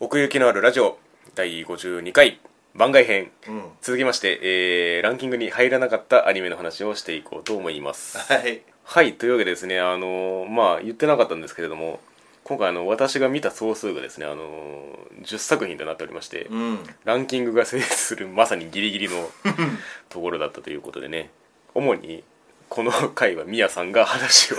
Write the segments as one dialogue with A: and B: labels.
A: 奥行きのあるラジオ第52回番外編、
B: うん
A: 続きまして、えーランキングに入らなかったアニメの話をしていこうと思います
B: はい
A: はいというわけでですねあのーまあ言ってなかったんですけれども今回あの私が見た総数がですねあのー10作品となっておりまして、
B: うん
A: ランキングが成立するまさにギリギリのところだったということでね主にこの回はミヤさんが話を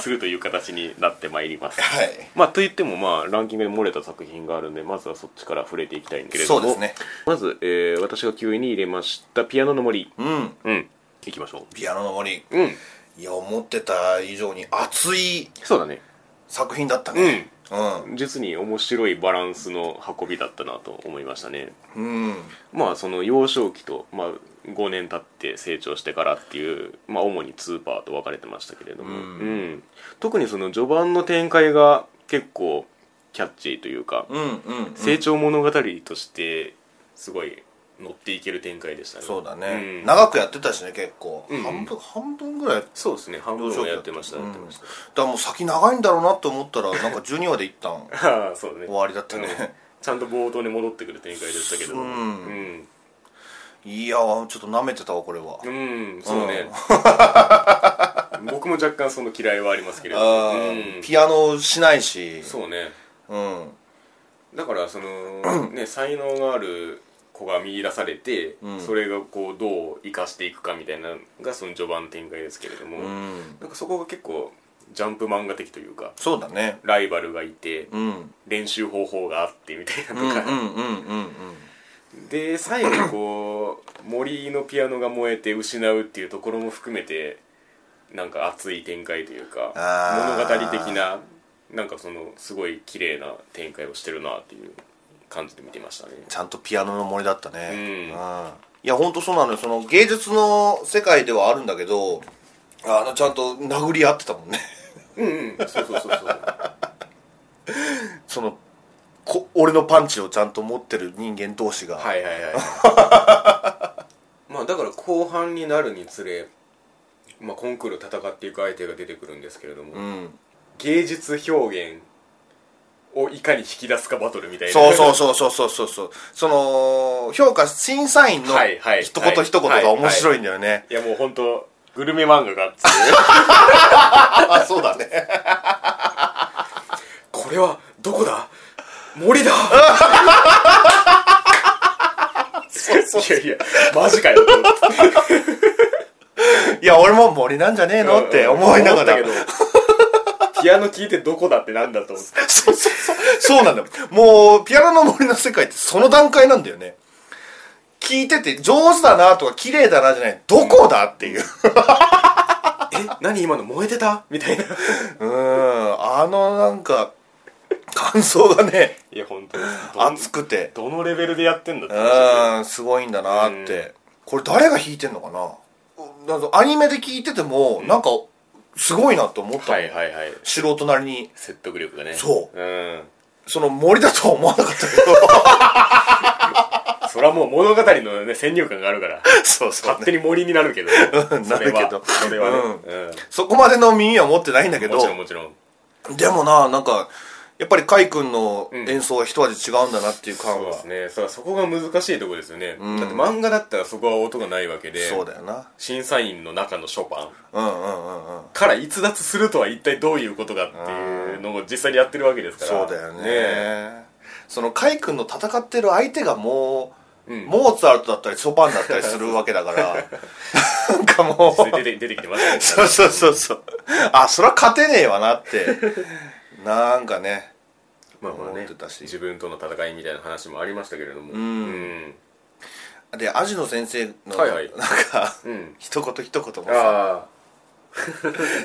A: するという形になってまいります
B: はい
A: まあといってもまあランキングで漏れた作品があるんでまずはそっちから触れていきたいんけれども
B: そうですね
A: まず、えー私が9位に入れました「ピアノの森
B: うん」
A: うんいきましょ
B: ピアノの森
A: ううん
B: いや思ってた以上に熱い
A: そうだね
B: 作品だったねうん
A: 実に面白いバランスの運びだったなと思いましたね
B: うん
A: まあその幼少期と、まあ、5年経って成長してからっていう、まあ、主に2パーと分かれてましたけれども、
B: うん
A: ん特にその序盤の展開が結構キャッチーというか、
B: うんうんうん
A: 成長物語としてすごい乗っていける展開でしたね
B: そうだね
A: うん
B: 長くやってたしね結構
A: うん
B: 半分半分ぐらいだか
A: そうですね半分はやってました
B: うん
A: やってました、
B: らもう先長いんだろうなと思ったらなんか12話で一旦
A: ああ そうね
B: 終わりだったね
A: うんちゃんと冒頭に戻ってくる展開でしたけども
B: うん
A: うん
B: いやーちょっと舐めてたわこれは
A: うんそうね 僕も若干その嫌いはありますけれども、
B: あ
A: う
B: ー
A: ん
B: ピアノしないし
A: そうね
B: うん
A: だからその ね才能がある子が見出されて、
B: うん
A: それがこうどう生かしていくかみたいなのがその序盤の展開ですけれども、
B: うん
A: なんかそこが結構ジャンプ漫画的というか
B: そうだね
A: ライバルがいて
B: うん
A: 練習方法があってみたいなと
B: うんうんうん
A: か、
B: うん
A: で最後にこう森のピアノが燃えて失うっていうところも含めてなんか熱い展開というか
B: あー
A: 物語的ななんかそのすごい綺麗な展開をしてるなっていう感じで見てましたね。
B: ちゃんとピアノの森だったね
A: うん
B: いや本当そうなのよその芸術の世界ではあるんだけどあのちゃんと殴り合ってたもんね
A: うんうんそうそうそうそう
B: そのこ俺のパンチをちゃんと持ってる人間同士が、
A: はいはいはい まあだから後半になるにつれ、まあ、コンクール戦っていく相手が出てくるんですけれども、
B: うん、
A: 芸術表現をいかに引き出すかバトルみたいな
B: そうそうそうそうそうそうそうその評価審査員の
A: はいはい
B: 一言一言が面白いんだよね、
A: いやもう本当グルメ漫画がっつって
B: あ そうだね
A: これはどこだ森だいやいやマジかよと思って
B: いや俺も森なんじゃねえのって思いながら
A: 思ったけどピアノ聴いてどこだってなんだと思って
B: そうそうそう。 そうなんだよ。もう、ピアノの森の世界ってその段階なんだよね。聞いてて、上手だなとか、綺麗だなじゃない、どこだっていう。
A: え何今の燃えてたみたいな
B: うん、あのなんか、感想がね、
A: いや本当にどん
B: 熱くて、
A: どのレベルでやってんだって話
B: うん、すごいんだなって。これ誰が弾いてんのかななんかアニメで聞いてても、なんか、すごいなと思った。
A: はいはいはい
B: 素人なりに、
A: 説得力がね
B: そう
A: うん
B: その森だとは思わなかったけど。
A: それはもう物語のね先入観があるから
B: そうそ
A: 勝手に森にな るけど
B: ん
A: それは
B: なるけど
A: それはねうん
B: そこまでの耳は持ってないんだけど、
A: もちろんもちろん
B: でもななんかやっぱり甲斐君の演奏は一味違うんだなっていう感
A: そう
B: は、
A: ですねそそこが難しいとこですよね
B: ん
A: だって漫画だったらそこは音がないわけで
B: そうだよな
A: 審査員の中のショパン
B: うんうんうんうん
A: から逸脱するとは一体どういうことかっていうのを実際にやってるわけですから
B: そうだよね
A: え
B: その甲斐君の戦ってる相手がもう、
A: うん
B: モーツァルトだったりソパンだったりするわけだから なんかもう
A: それ出て出てきてました ね
B: そうそうそうそうあそりゃ勝てねえわなってなんかね
A: まあまあ
B: 思
A: ね
B: ってたし
A: 自分との戦いみたいな話もありましたけれどもうんん
B: でアジの先生の、
A: はいはい
B: なんか
A: うん
B: 一言一言もさ
A: あ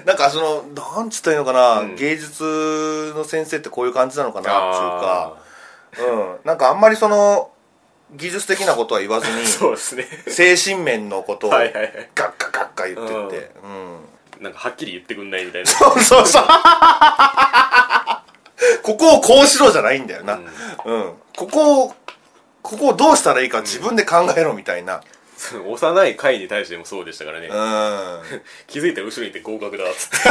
B: なんかそのなんつったらいいのかな、
A: うん
B: 芸術の先生ってこういう感じなのか
A: あ
B: なっていうか、うん、なんかあんまりその技術的なことは言わず
A: ー
B: に
A: そうですね
B: 精神面のことをガ
A: は
B: ッ
A: いはいはい
B: ガッガッガ言ってって、うん
A: なんかはっきり言ってくんないみたいな
B: そうそうそう ここをこうしろじゃないんだよな、うんここをここをどうしたらいいか自分で考えろみたいな、
A: その幼い回に対してもそうでしたからね
B: うん、
A: 気づいたら後ろにいて合格だっつって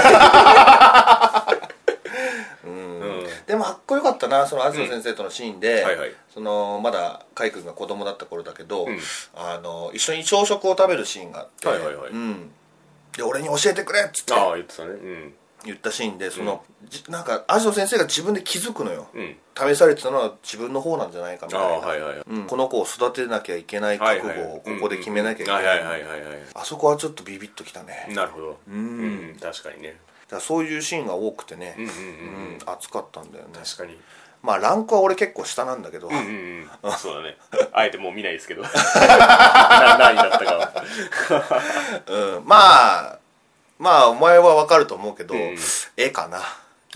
B: うん
A: うん
B: でもかっこよかったなその東先生とのシーンで、
A: うんはいはい
B: そのまだ海君が子供だった頃だけど、
A: うん
B: あの一緒に朝食を食べるシーンがあって、
A: はいはいはい
B: うん、で俺に教えてくれっつって
A: ああ言ってたねうん
B: 言ったシーンでその、じなんか東先生が自分で気づくのよ、
A: うん
B: 試されてたのは自分の方なんじゃないかみ
A: あ
B: たいな
A: あはいはいはい
B: うんこの子を育てなきゃいけない覚悟をここで決めなきゃいけ
A: はいはい
B: な
A: はい
B: い
A: はいはい
B: あそこはちょっとビビッときたね
A: なるほどうん確かにね
B: だからそういうシーンが多くてね
A: うんうんうんうん
B: うん熱かったんだよね
A: 確かに
B: まあランクは俺結構下なんだけど
A: うんうんうんそうだねあえてもう見ないですけどな何だったかは
B: うんまあまあお前はわかると思うけど
A: うん
B: 絵かな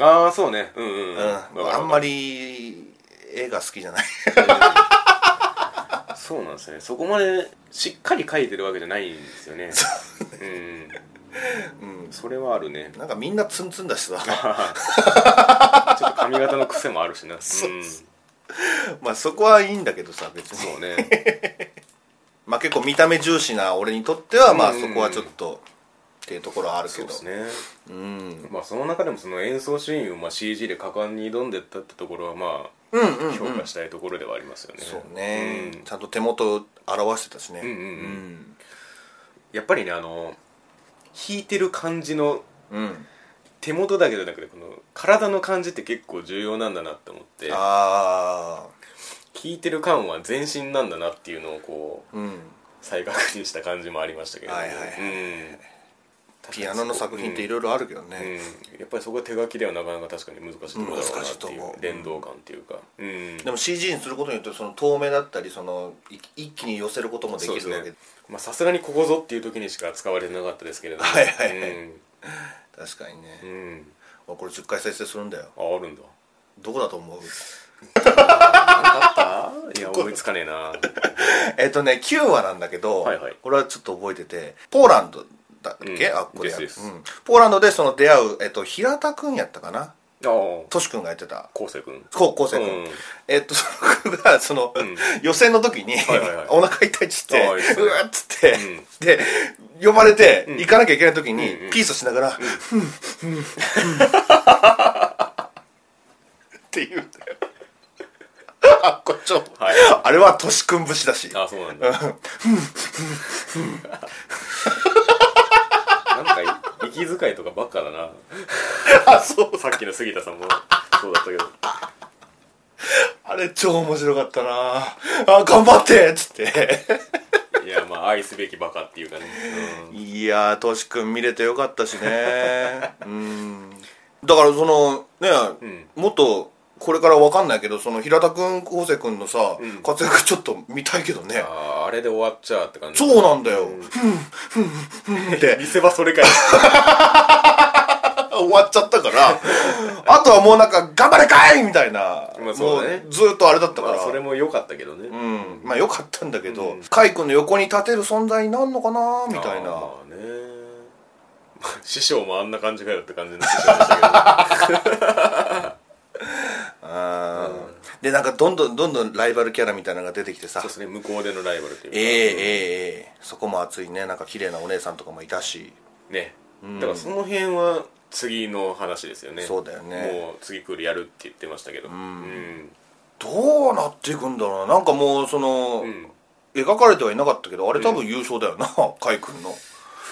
A: ああそうねうんうんうん
B: うんあんまり絵が好きじゃない
A: そうなんですねそこまでしっかり書いてるわけじゃないんですよねうん、それはあるね
B: なんかみんなツンツンだしさ
A: ちょっと髪型の癖もあるしなうん
B: まあそこはいいんだけどさ別に
A: そうね
B: まあ結構見た目重視な俺にとってはまあ
A: うん
B: そこはちょっとっていうところはあるけ
A: そう
B: ど
A: ですね
B: うん
A: まあその中でもその演奏シーンをまあ CG で果敢に挑んでったってところはまあ
B: うんうん
A: 評価したいところではありますよね、
B: そうね、ちゃんと手元を表してたしね
A: うんうんやっぱりねあの弾いてる感じの
B: うん、うん
A: 手元だけじゃなくてこの体の感じって結構重要なんだなって思って弾
B: ああ
A: いてる感は全身なんだなっていうのをこう
B: うん
A: 再確認した感じもありましたけれども、
B: はいはいはい
A: うん
B: ピアノの作品っていろいろあるけどね、
A: うんやっぱりそこは手書きではなかなか確かに難しいところだろうな
B: 難し
A: っ
B: いと
A: てい
B: 思う
A: う連動感っていうか、うん
B: でも CG にすることによってその透明だったりそのい一気に寄せることもで
A: そう
B: き
A: です
B: るわけ、
A: ねまあさすがにここぞっていう時にしか使われてなかったですけれども
B: はいはいはい
A: うん
B: 確かにね、
A: うん
B: 俺これ10回再生するんだよ
A: ああるんだ
B: どこだと思う
A: あったいや思いつかねえな
B: えっとね9話なんだけど、
A: はいはい
B: これはちょっと覚えててポーランドだっけ、
A: うん
B: あっこでやる
A: ですです
B: うん、ポーランドでその出会う、えっと、平田君やったかな
A: ああ
B: トシ君がやってた
A: 昴生君
B: こう昴生君、
A: うん
B: えっとその子がその、予選の時に、
A: はいはいはい
B: お腹痛いっつってう
A: ああ
B: わ
A: いいっすね
B: っつって、で呼ばれて、行かなきゃいけない時に、
A: うんうん
B: ピースしながら、ふんふんって言うんだよあこっちも
A: はい
B: あれはトシ君節だし
A: ああそうなんだなんか息遣いとかばっかだな
B: あそう
A: さっきの杉田さんもそうだったけど
B: あれ超面白かったなあ頑張ってっつって
A: いやまあ愛すべきバカっていうかね、うん
B: いやー、トシ君見れてよかったし ね。うん。だからその、ね、もっと、これからわかんないけど、その平田君、昴生君のさ、活躍ちょっと見たいけどね。
A: あーあれで終わっちゃうって感じ
B: そうなんだよ。ふん、ふん、ふん、ふんって
A: 見、せ場それかい
B: 終わっちゃったから、あとはもうなんか、頑張れかいみたいな。
A: まあそうだね
B: もずっとあれだったから。
A: まあそれも良かったけどね、
B: うん。まあよかったんだけど、カイ君の横に立てる存在になるのかなみたいな。
A: あーまあねまあ師匠もあんな感じかよって感じの師匠でしたけ ど
B: でなんかどんどんどんどんライバルキャラみたいなのが出てきてさ
A: そうですね向こうでのライバルというか
B: ええええええそこも熱いねなんか綺麗なお姉さんとかもいたし
A: ねだからその辺は次の話ですよね
B: そうだよね
A: もう次来るやるって言ってましたけどうん
B: どうなっていくんだろうななんかもうその、
A: うん
B: 描かれてはいなかったけどあれ多分優勝だよな、カイ君の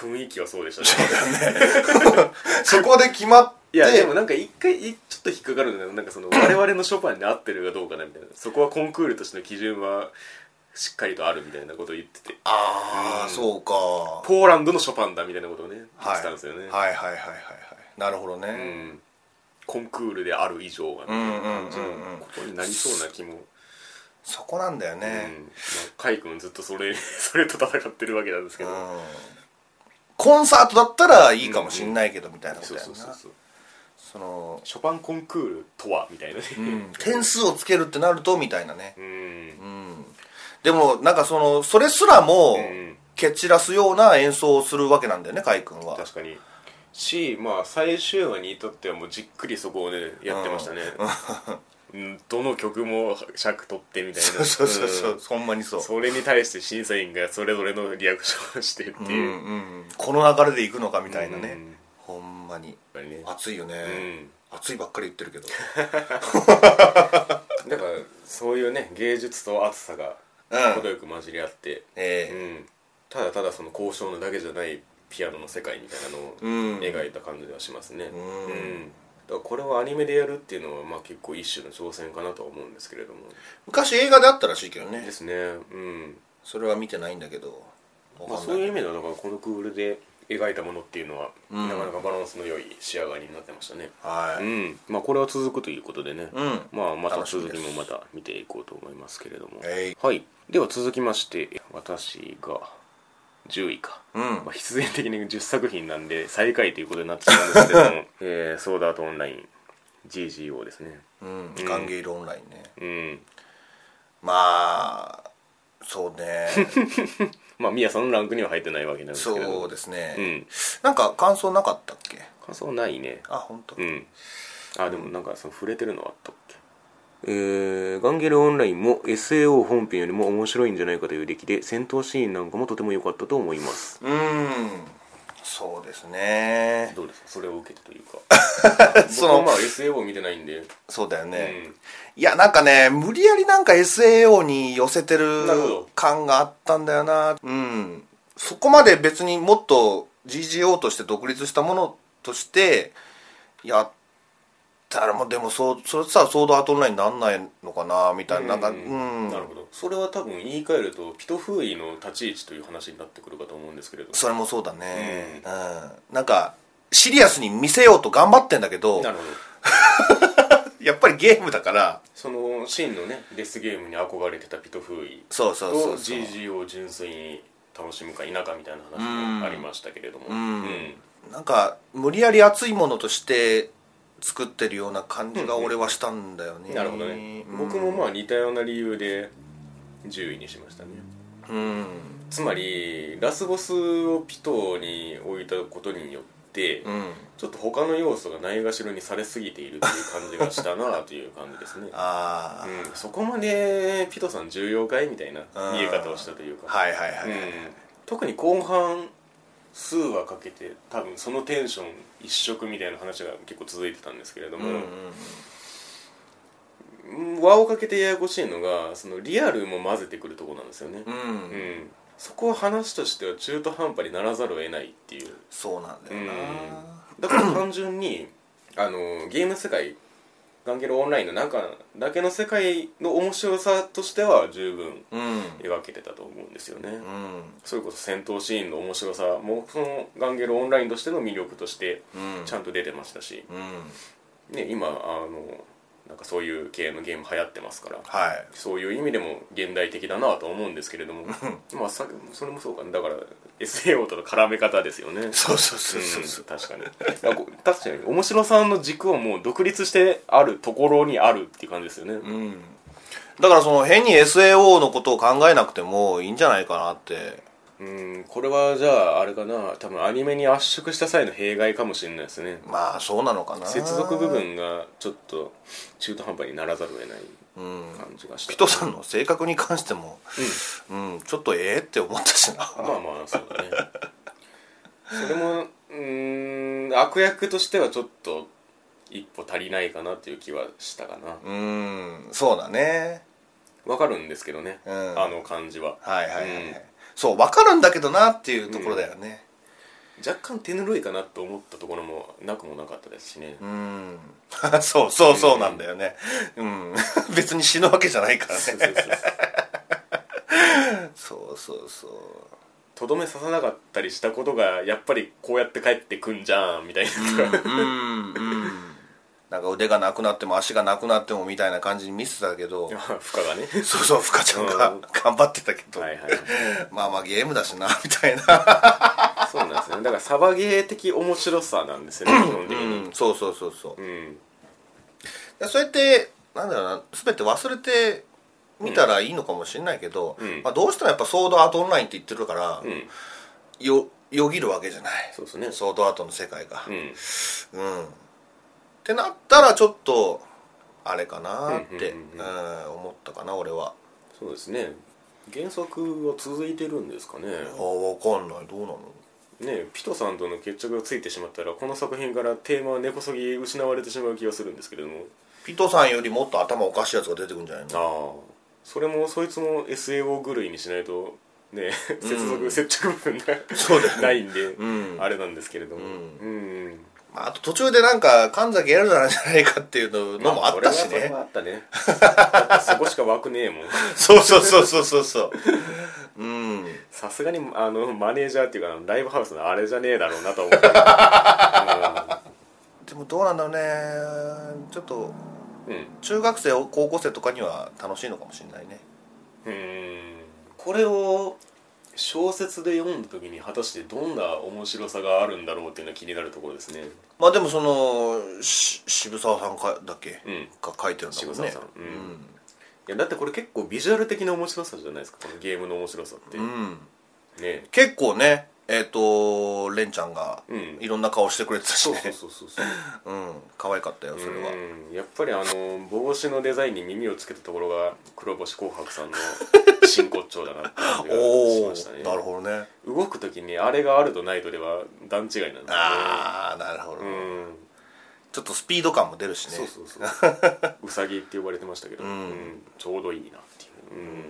A: 雰囲気はそうでしたね
B: そこで決まって
A: いやでもなんか一回いちょっと引っかかるのがなんかその我々のショパンに合ってるかどうかなみたいなそこはコンクールとしての基準はしっかりとあるみたいなことを言ってて
B: ああ、そうかは
A: ポーランドのショパンだみたいなことをね言っ
B: い
A: てたんですよね、
B: はいはいはいはいはいなるほど
A: う
B: ね、
A: ん、コンクールである以上がね、
B: うんうんうんうん
A: ことになりそうな気も、
B: そこなんだよ
A: うんまあ
B: ね、、
A: カイ君ずっとそれ それと戦ってるわけなんですけど、
B: うんコンサートだったらいいかもしんないけどみたいなこと
A: そう
B: や
A: そ
B: ん
A: うそう
B: な
A: そう
B: その
A: ショパンコンクールとはみたいなね
B: うん点数をつけるってなるとみたいなね、
A: うん、
B: うん、でもなんかそのそれすらも
A: うん
B: 蹴散らすような演奏をするわけなんだよね海君は
A: 確かにしまあ最終話に至ってはもうじっくりそこをねやってましたね、 うん、どの曲も尺取ってみたい
B: そ
A: な
B: うそうそうそう、
A: ん
B: ほんまにそう
A: それに対して審査員がそれぞれのリアクションをしてって
B: う
A: い
B: ん
A: う、
B: うん、この流れでいくのかみたいなね、
A: うん
B: ほんまに
A: やっぱりね
B: 熱いよね、
A: うん
B: 熱いばっかり言ってる けど
A: だからそういうね芸術と熱さが
B: うん
A: 程よく混じり合って、う
B: え
A: ん、ただただその交渉のだけじゃないピアノの世界みたいなのを
B: えうん
A: 描いた感じはしますねうんだからこれをアニメでやるっていうのはまあ結構一種の挑戦かなとは思うんですけれども
B: 昔映画であったらしいけどね
A: ですねうん、
B: それは見てないんだけどわ
A: まあ、
B: かん
A: そ
B: な
A: う
B: い
A: いう意味ではだからこのクールで描いたものっていうのは、
B: うん
A: なかなかバランスの良い仕上がりになってましたね
B: は
A: う
B: い
A: んまあこれは続くということでね、
B: うん
A: まあまた
B: 楽しみ
A: 続
B: で
A: き
B: す
A: もまた見ていこうと思いますけれども
B: えい
A: はいでは続きまして私が10位か、
B: うん
A: まあ、必然的に10作品なんで最下位ということになってしまうんですけれど も、えー、ソーダアートオンライン GGO ですね
B: うん歓迎オンラインね
A: うん
B: まあそう ね
A: まあみやさんのランクには入ってないわけなんですけれど
B: そ
A: も
B: うですね、
A: うん
B: なんか感想なかったっけ
A: 感想ないね
B: あ本当。
A: うんあでもなんかその触れてるのはあったっけえーガンゲルオンラインも SAO 本編よりも面白いんじゃないかという出来で戦闘シーンなんかもとても良かったと思います
B: うんそうですね
A: どうですかそれを受けてと いうか
B: そ
A: そ
B: の
A: のまあ SAO 見てないんで
B: そうだよね、
A: うん
B: いやなんかね無理やりなんか SAO に寄せてる
A: なるほど
B: 感があったんだよなうんそこまで別にもっと GGO として独立したものとしてやったらもうでもそうそれさソードアートオンラインになんないのかなみたいななんかうん
A: なるほどそれは多分言い換えるとピトフーイの立ち位置という話になってくるかと思うんですけれど
B: それもそうだねうん、なんかシリアスに見せようと頑張ってんだけど
A: なるほど
B: やっぱりゲームだから
A: そのシーンのねデスゲームに憧れてたピトフーイ
B: そうそうそ
A: と
B: うそう
A: GG を純粋に楽しむか否かみたいな話もありましたけれども
B: ん
A: うん
B: なんか無理やり熱いものとして作ってるような感じが俺はしたんだよね、
A: なるほどね、
B: うん
A: 僕もまあ似たような理由で10位にしましたね
B: うん
A: つまりラスボスをピトーに置いたことによって、
B: うん、
A: ちょっと他の要素がないがしろにされすぎているという感じがしたなという感じですね
B: ああ、
A: うん、そこまでピトさん重要かいみたいな
B: うん
A: 見え方をしたというか、
B: はいはいはい、
A: うん、特に後半数話かけて多分そのテンション一色みたいな話が結構続いてたんですけれども、
B: うんうん
A: うん輪をかけてややこしいのがそのリアルも混ぜてくるところなんですよね
B: う、ん
A: うんそこは話としては中途半端にならざるを得ないっていう
B: そうなんだよな、
A: だから単純にあのゲーム世界ガンゲルオンラインの中だけの世界の面白さとしては十分
B: うん
A: 描けてたと思うんですよね、
B: うん
A: それこそ戦闘シーンの面白さもそのガンゲルオンラインとしての魅力として
B: うん
A: ちゃんと出てましたし、
B: うん
A: ね、今あのなんかそういう系のゲーム流行ってますから
B: はい
A: そういう意味でも現代的だなとは思うんですけれどもまあさそれもそうかねだから SAO との絡め方ですよね
B: そうそうそうそうそう
A: うん確かにだからこう確かに面白さんの軸をもう独立してあるところにあるっていう感じですよね、
B: うんだからその変に SAO のことを考えなくてもいいんじゃないかなって
A: うんこれはじゃああれかな多分アニメに圧縮した際の弊害かもしれないですね
B: まあそうなのかな
A: 接続部分がちょっと中途半端にならざるを得ない
B: うん
A: 感じがした、
B: ピトさんの性格に関しても、うんちょっとええって思ったしな
A: まあまあそうだねそれもうーん悪役としてはちょっと一歩足りないかなっていう気はしたかな
B: うーんそうだね
A: わかるんですけどね、
B: うん
A: あの感じは
B: はいはいはい、はい
A: うん
B: そう分かるんだけどなっていうところだよね
A: 若干手ぬるいかなと思ったところもなくもなかったですしね、
B: うーん そうそうそうなんだよねうん 別に死ぬわけじゃないから
A: そう
B: ね
A: そうそう
B: そうそうそう
A: とどめ刺さなかったりしたことがやっぱりこうやって帰ってくんじゃんみたいな、
B: うんうんなんか腕がなくなっても足がなくなってもみたいな感じに見せてたけど
A: 負荷がね
B: そうそうふかちゃん
A: う
B: が
A: ん
B: 頑張ってたけど、
A: はいはい
B: まあまあゲームだしなみたいな、
A: そうなんですよねだからサバゲー的面白さなんですよね基本的に
B: うん、そうそうそうそう
A: うん
B: でそうやってなんだろうな全て忘れて見たらいいのかもしれないけど、
A: うん
B: まあ、どうしてもやっぱソードアートオンラインって言ってるから、
A: うん
B: よよぎるわけじゃない
A: そうですね
B: ソードアートの世界が
A: う、ん
B: うんってなったらちょっとあれかなって、
A: う
B: うんん
A: うんうん
B: 思ったかな俺は
A: そうですね原作は続いてるんですかね
B: ああ分かんないどうなの
A: うねピトさんとの決着がついてしま根からこの作品からテーマは根こそぎ失われてしまう気がするんですけれども
B: ピトさんよりもっと頭おかしいやつが出てくるんじゃないの
A: ああそれもそいつも SAO 狂いにしないとね接続、接着部分が
B: そうだよ ね
A: ないんで、
B: ん
A: あれなんですけれども
B: う
A: うん
B: まあ、あと途中でなんか神崎エラなんじゃないかっていうののもあったし
A: まそれはそれ
B: ね、
A: はあったねやっぱそこしか枠ねえもん
B: そうそうそうそうそうそううん
A: さすがにあのマネージャーっていうかライブハウスのあれじゃねえだろうなと思 って、
B: でもどうなんだろうねちょっと
A: うんうん
B: 中学生高校生とかには楽しいのかもしれないね
A: うーんこれを小説で読んだ時に果たしてどんな面白さがあるんだろうっていうのは気になるところですね
B: まあでもそのし渋沢さんかだっけ、
A: うんい
B: が書いてるんだもんね
A: 渋沢さんやだってこれ結構ビジュアル的な面白さじゃないですかこのゲームの面白さって、
B: うん
A: ね
B: うん
A: え
B: 結構ねえっ、とレンちゃんが
A: うん
B: いろんな顔してくれてたし
A: そう
B: ね
A: そうそうそうそう
B: うん可愛かったよそれは
A: うんやっぱりあの帽子のデザインに耳をつけたところが黒星紅白さんの真骨頂だなって感じがし
B: おお
A: ましたね
B: なるほどね
A: 動く時にあれがあるとないとでは段違いなんですね
B: ああなるほど、
A: うん
B: ちょっとスピード感も出るしね
A: そうそうそううさぎって呼ばれてましたけど、
B: うん
A: ちょうどいいなっていう、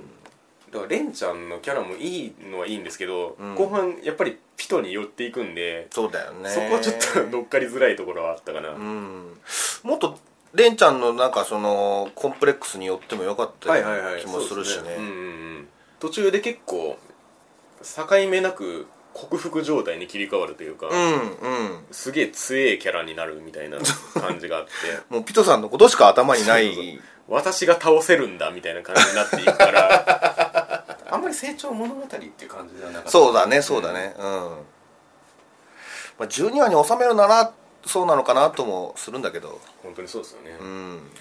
A: だからレンちゃんのキャラもいいのはいいんですけど、
B: うん
A: 後半やっぱりピトに寄っていくんで、
B: そうだよね
A: そこはちょっと乗っかりづらいところはあったかな、
B: うんもっとレンちゃんのなんかそのコンプレックスによってもよかったような気もするし
A: そうですうんうん
B: ね
A: うん途中で結構境目なく克服状態に切り替わるというか、
B: うんうん
A: すげえ強えキャラになるみたいな感じがあって
B: もうピトさんのことしか頭にない
A: そうそう私が倒せるんだみたいな感じになっていくから あんまり成長物語っていう感じではなかった
B: そうだねそうだねうん、まあ、12話に収めるならそうなのかなともするんだけど
A: 本当にそうですよね、
B: うん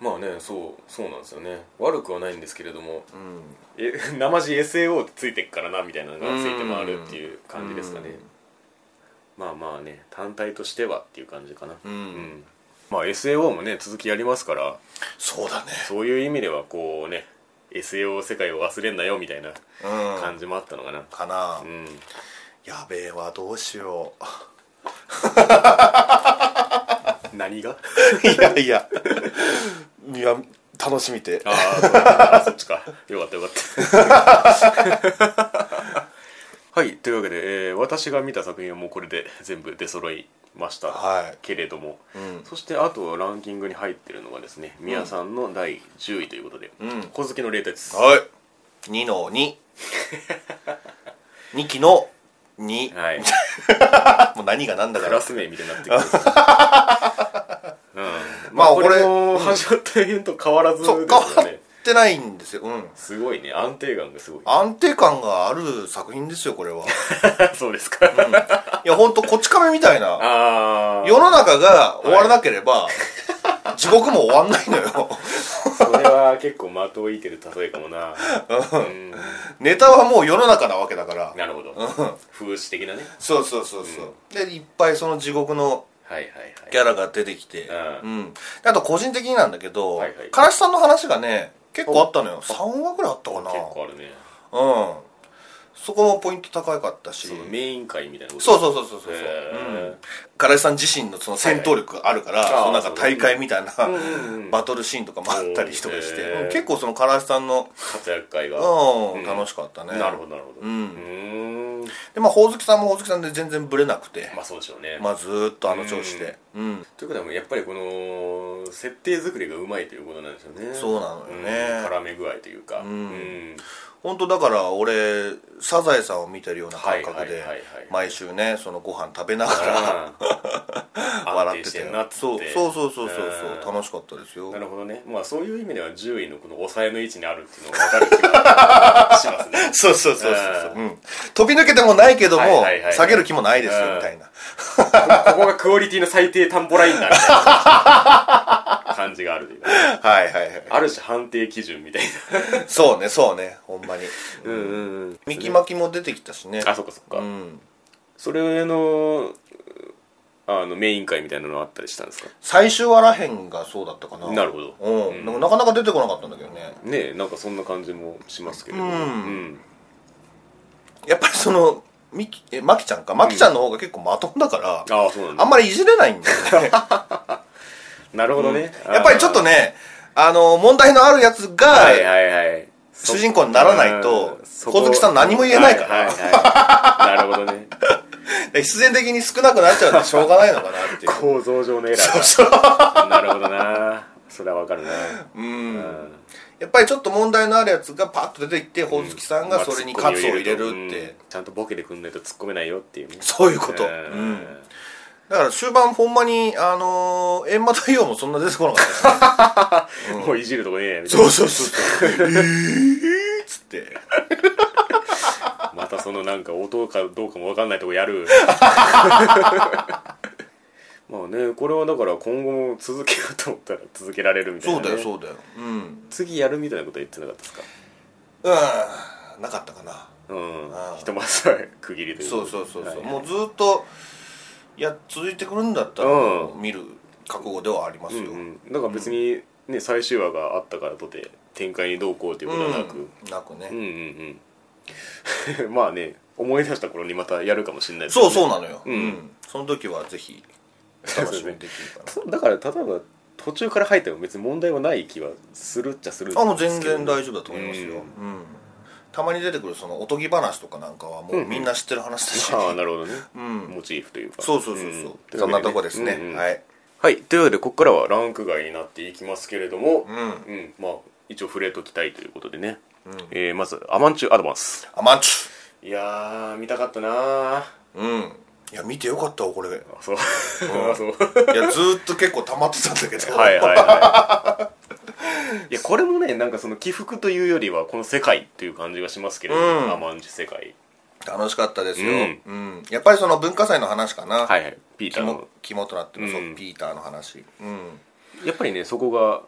A: まあねそうそうなんですよね悪くはないんですけれども
B: うん
A: え 生地 SAO ってついてっからなみたいなのがついて回るっていう感じですかねまあまあね単体としてはっていう感じかな
B: うん
A: まあ SAO もね続きやりますから
B: そうだね
A: そういう意味ではこうね SAO 世界を忘れんなよみたいな
B: うん
A: 感じもあったのかな
B: かな、
A: うん
B: やべえわどう しよ
A: 何が
B: ういやいやいや楽しみて
A: ああそっちかよかったよかった はいというわけで、えー私が見た作品はもうこれで全部出揃いました、
B: は
A: けれども、
B: いうん
A: そしてあとランキングに入ってるのがですね宮さんの第10位ということで「
B: うん
A: 小月の冷徹」は
B: はい2の22 期の2も
A: いう
B: 何が何だか
A: ク
B: ら
A: ラス名みたいにな ってくるうんま
B: まあ
A: あこれ
B: 俺
A: も始まった辺と変わらずです
B: そう
A: よ
B: 変わっ
A: ね
B: てないんですよ、うん、
A: すごいね安定感がすごい
B: 安定感がある作品ですよこれは
A: そうですか、
B: いやほんとこち亀みたいな
A: ああ
B: 世の中が終わらなければ、 地獄も終わんないのよ
A: それは結構的を射てる例えかもな、うん、
B: ネタはもう世の中なわけだから
A: なるほど風刺的なね
B: そうそうそうそう、でいっぱいその地獄の
A: はいはいはい
B: キャラが出てきて、
A: う
B: うんあと個人的になんだけど、
A: はいはい
B: からしさんの話がね結構あったのよ3話ぐらいあったかな
A: 結構あるね
B: うんそこもポイント高かったし
A: そのメイン会みたいなこと
B: そうそうそうそうそう、
A: へ
B: うん
A: ー、
B: 唐井さん自身のその戦闘力があるから、
A: いはい
B: そのなんか大会みたいな、
A: うんうん
B: バトルシーンとかもあったりとかして、
A: へー
B: うん結構その唐井さんの、
A: 活躍会が
B: うん
A: うん
B: 楽しかったね
A: なるほどなるほど
B: うん
A: ーん
B: でまあほおずきさんもほおずきさんで全然ブレなくて、
A: まあそうでしょうね、
B: まあ、ずーっとあの調子で、うん
A: ということはもうやっぱりこの設定作りがうまいということなんですよね
B: そうなのよね
A: うん絡め具合というかうん、
B: 本当だから俺サザエさんを見てるような感覚
A: はい
B: で、
A: はいはいはい
B: 毎週ねそのご飯食べながら
A: うん
B: 笑
A: 安定
B: って
A: してんなっつって
B: そうそうそうそうそう
A: うん
B: 楽しかったですよ
A: なるほどねまあそういう意味では10位のこの抑えの位置にあるっていうのが分かる気がします ね
B: そうそうそうそう
A: あ
B: そう、
A: ー
B: うん、飛び抜けてもないけども、
A: はいはいはいはい
B: 下げる気もないですよ
A: うん
B: みたいな
A: ここがクオリティの最低担保ラインだみたいな感じがあるというか
B: はいはいはい
A: ある種判定基準みたい
B: そうねそうねほん まに
A: なうんうんうん
B: ミキ巻きも出てきたしね
A: あそっかそっか、
B: うん
A: それのあのメイン会みたいなのあったりしたんですか
B: 最終話らへんがそうだったかな
A: なるほど
B: うん、なんかなかなか出てこなかったんだけどね
A: ねえなんかそんな感じもしますけれども
B: うん
A: うん
B: やっぱりそのみきえまきちゃんかまきちゃんの方が結構まともだから、
A: ああそうなん
B: あん
A: だ
B: まりいじれないんだよ ね
A: なるほどね、
B: やっぱりちょっとねあの問題のあるや
A: あ
B: つ
A: ーはい
B: が
A: はいはいそ
B: 主人公にならないと
A: うんそこ
B: 小月さん何も言えないから
A: はいはいはいなるほどね
B: 必然的に少なくなっちゃうのでしょうがないのかなっていう
A: 構造上のエラー
B: そうそう
A: だなるほどなそれはわかるな
B: うん
A: うん
B: やっぱりちょっと問題のあるやつがパッと出てきてほおずきさんがそれに
A: まあ
B: 喝を入れるっ
A: う
B: て
A: んちゃんとボケてくんないと突っ込めないよっていうね
B: そういうこと
A: う
B: うん
A: ん
B: だから終盤ほんまにあのー閻魔大王もそんな出てこなかった ですね
A: もういじるとこねえやみたい
B: そ
A: な
B: うそうそう そうえーっつって
A: またそのなんか音かどうかも分かんないとこや るまあねこれはだから今後も続けようと思ったら続けられるみたい
B: そ
A: な、ね、
B: うだよそうだようん
A: 次やるみたいなことは言ってなかったですか
B: うんなかったかな
A: う
B: あ
A: ん
B: あ
A: ひとまずは区切りという
B: そうそうそうそう、
A: はい
B: もうずっといや続いてくるんだったら
A: うん
B: 見る覚悟ではあります
A: う
B: よ、
A: んうんだから別にね最終話があったからとて展開にどうこうということはなく
B: うんなくね、
A: うんうんうん まあね思い出した頃にまたやるかもしれないですね
B: そうそうなのよ、
A: うん
B: その時はぜひお楽しみにできるかな
A: そうだから例えば途中から入っても別に問題はない気はするっちゃするんですけ
B: あ
A: ど
B: もう全然大丈夫だと思いますよ、
A: う
B: うんたまに出てくるそのおとぎ話とかなんかはもうみんな知ってる話だし、
A: ああなるほどね、
B: うん
A: モチーフというか
B: そうそうそうそう、
A: ん
B: そんなとこですね、
A: うんうん
B: はい、
A: はいというわけでここからはランク外になっていきますけれども
B: うん
A: うん、まあ一応触れときたいということでね、
B: うん、
A: えーまずアマンチュアドバンス
B: アマンチュ
A: いやー見たかったなー
B: うんいや見てよかったわ これいや
A: あそうあ そう
B: ずーっと結構溜まってたんだけど
A: はいはいはいいやこれもねなんかその起伏というよりはこの世界っていう感じがしますけれども、
B: うん
A: アマンチュ世界
B: 楽しかったですよ、
A: う
B: うんんやっぱりその文化祭の話かな、
A: はいはいピーター
B: 肝
A: の
B: 肝となってる、そう
A: うん
B: ピーターの話、うん、
A: やっぱりねそこが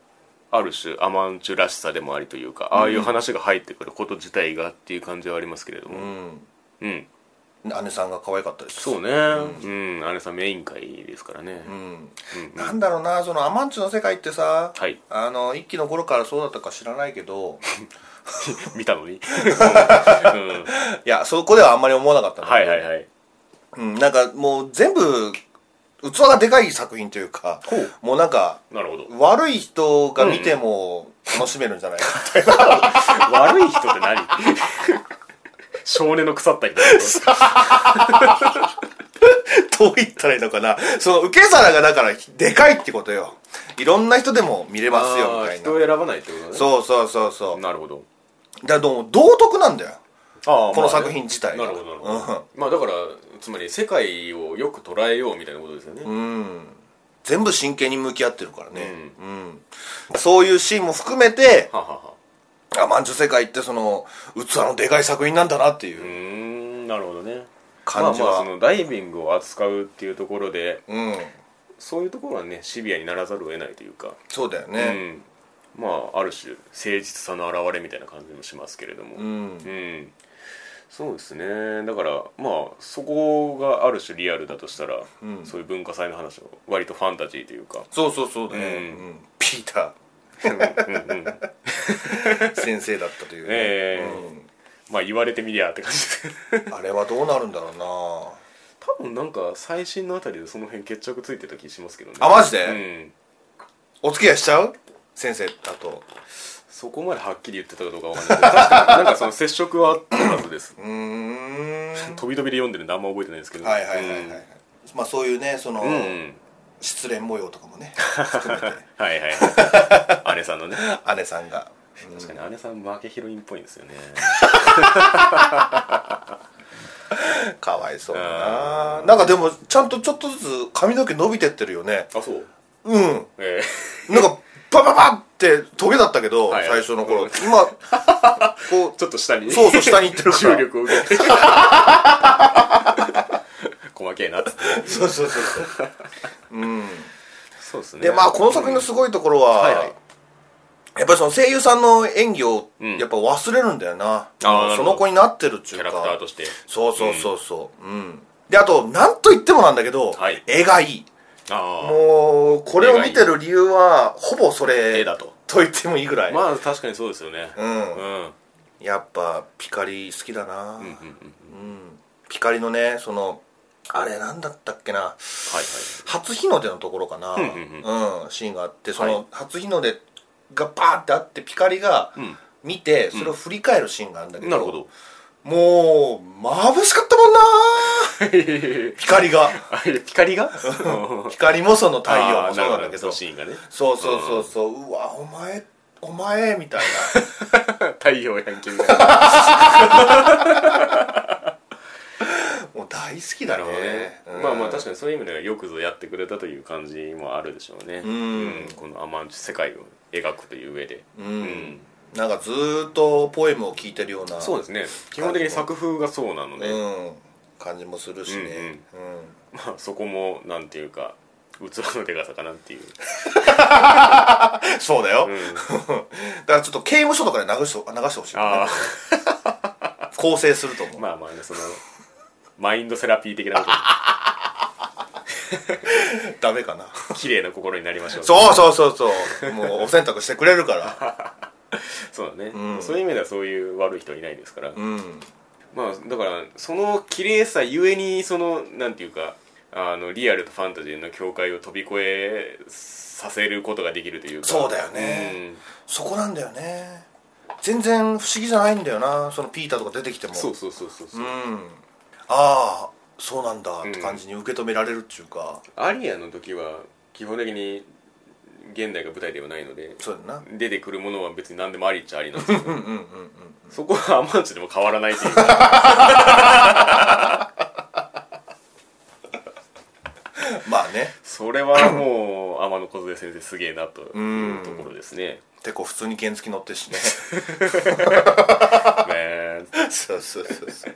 A: ある種アマンチュらしさでもありというかああいう話が入ってくること自体がっていう感じはありますけれどもうん、
B: 姉さんが可愛かったです
A: そうねうん、あれさんメイン会ですからね、
B: うん
A: うん
B: なんだろうなそのアマンチュの世界ってさ、
A: はい
B: あの一期の頃からそうだったか知らないけど
A: 見たのに、うん、
B: いやそこではあんまり思わなかったんだ
A: は
B: け
A: い
B: ど
A: はいはい
B: うん、なんかもう全部器がでかい作品というか
A: ほう
B: もうなんか
A: なるほど
B: 悪い人が見ても楽しめるんじゃないかって、
A: 悪い人って何少年の腐った人
B: どう言ったらいいのかなその受け皿がだからでかいってことよいろんな人でも見れますよみ
A: あ
B: た
A: ー
B: い
A: 人
B: な
A: を選ばないってことだね
B: そうそうそうそう
A: なるほど
B: だからどうも道徳なんだよ
A: あー
B: この
A: まあね
B: 作品自体
A: な
B: が
A: るほどなるほど、まあだからつまり世界をよく捉えようみたいなことですよね、
B: うん全部真剣に向き合ってるからね、うんそういうシーンも含めて
A: ははは
B: あ満州世界ってその器のでかい作品なんだなっていうう
A: ーんなるほどね
B: 感じ
A: まあまあ
B: は、
A: そのダイビングを扱うっていうところで
B: うん
A: そういうところはねシビアにならざるを得ないというか、
B: そうだよ
A: う
B: ね
A: ん、まあある種誠実さの表れみたいな感じもしますけれども
B: うん、
A: うんそうですねだからまあそこがある種リアルだとしたら、
B: うん
A: そういう文化祭の話は割とファンタジーというか
B: そうそうそうだね、
A: うん
B: うんピータ
A: うんうん うん
B: ー先生だったというね、
A: えまあ言われてみりゃって感じです
B: うん、あれはどうなるんだろ
A: 多分なんか最新のあたりでその辺決着ついてた気しますけどね
B: うなあマジで、
A: うん
B: お付き合いしちゃう先生だと
A: そこまではっきり言ってたかどうかわかんないけど確かになんかその接触はあったはずです
B: うー ん
A: 飛び飛びで読んでるんであんま覚えてないですけど
B: はいはいはいはい、はいまあそういうねその、
A: うん、うん
B: 失恋模様とか もね含めて
A: はい はい姉さんのね
B: 姉さんが
A: 確かに姉さん負けヒロインっぽいんですよね
B: かわいそうだななんかでもちゃんとちょっとずつ髪の毛伸びてってるよね
A: あそう
B: うん
A: え
B: なんかバババってトゲだったけど、
A: はい
B: 最初の頃、 今こ
A: ー、ちょっと下に
B: そうそう下に行ってるから
A: 重力を受けて 細けえなっつって
B: うそうそうそうそう
A: そうですね
B: でまあこの作品のすごいところは、
A: はいはい
B: やっぱりその声優さんの演技を
A: ん
B: やっぱ忘れるんだよな,、
A: あーなるほど
B: その子になってるってい
A: キャ
B: うか
A: ラクターとして
B: そうそうそうそううん、であとなんと言ってもなんだけど、
A: はい
B: 絵がいい
A: あ
B: もうこれを見てる理由はほぼそ
A: あ
B: れ
A: 絵だと
B: と言ってもいいぐらい、
A: まあ確かにそうですよね
B: うん
A: うん
B: やっぱピカリ好きだな、うんピカリのねそのあれなんだったっけな
A: はい
B: 初日の出のところかな、
A: うん
B: うんシーンがあってそ
A: は
B: の初日の出がバーってあってピカリが
A: ん
B: 見てそれを振り返るシーンがあるんだけど,、
A: なるほど
B: もう眩しかったもんなピカリが
A: あれ 光が
B: ピカリもその太陽もそうな
A: あー
B: んだ
A: なるほ
B: け
A: そ
B: ど
A: のシーンがね
B: そうそうそうそう、うわお前お前みたい
A: 太陽やんけみたいな
B: なもう大好きだ
A: な
B: ね
A: るほどね、まあまあ確かにそういう意味ではよくぞやってくれたという感じもあるでしょうね
B: ん
A: このアマンチュ世界を描くという上で
B: にうんなんかずーっとポエムを聞いてるような
A: そうですね基本的に作風がそうなので、
B: うん、感じもするしね、うん
A: まあそこもなんていうか器のでかさかなっていう、
B: そうだよ、
A: うん
B: だからちょっと刑務所とかで流しと流してほしいよね
A: あ
B: 構成すると思
A: あ
B: う、
A: まあまあねそのマインドセラピー的なこ
B: ダメかな
A: と綺麗な心になりましょう
B: そうそうそうそうもうお洗濯してくれ るから
A: そうだね、
B: うん
A: そういう意味ではそういう悪い人いないですから、
B: うん
A: まあだからその綺麗さゆえにそのなんていうかあのリアルとファンタジーの境界を飛び越えさせることができるというか
B: そうだよね、そこなんだよね全然不思議じゃないんだよなそのピーターとか出てきても
A: うんそうそうそうそうそう、
B: うんああそうなんだって感じに受け止められるっていうか、
A: アリアの時は基本的に現代が舞台ではないので
B: そうだな
A: 出てくるものは別に何でもありっちゃありなんですけど
B: うんうんうんうん
A: そこはアマンチュでも変わらないと いうか
B: まあね
A: それはもう天野梢先生すげえなというところですね
B: 結構普通に原付乗ってるしね
A: ねえ
B: そうそうそうそう
A: そう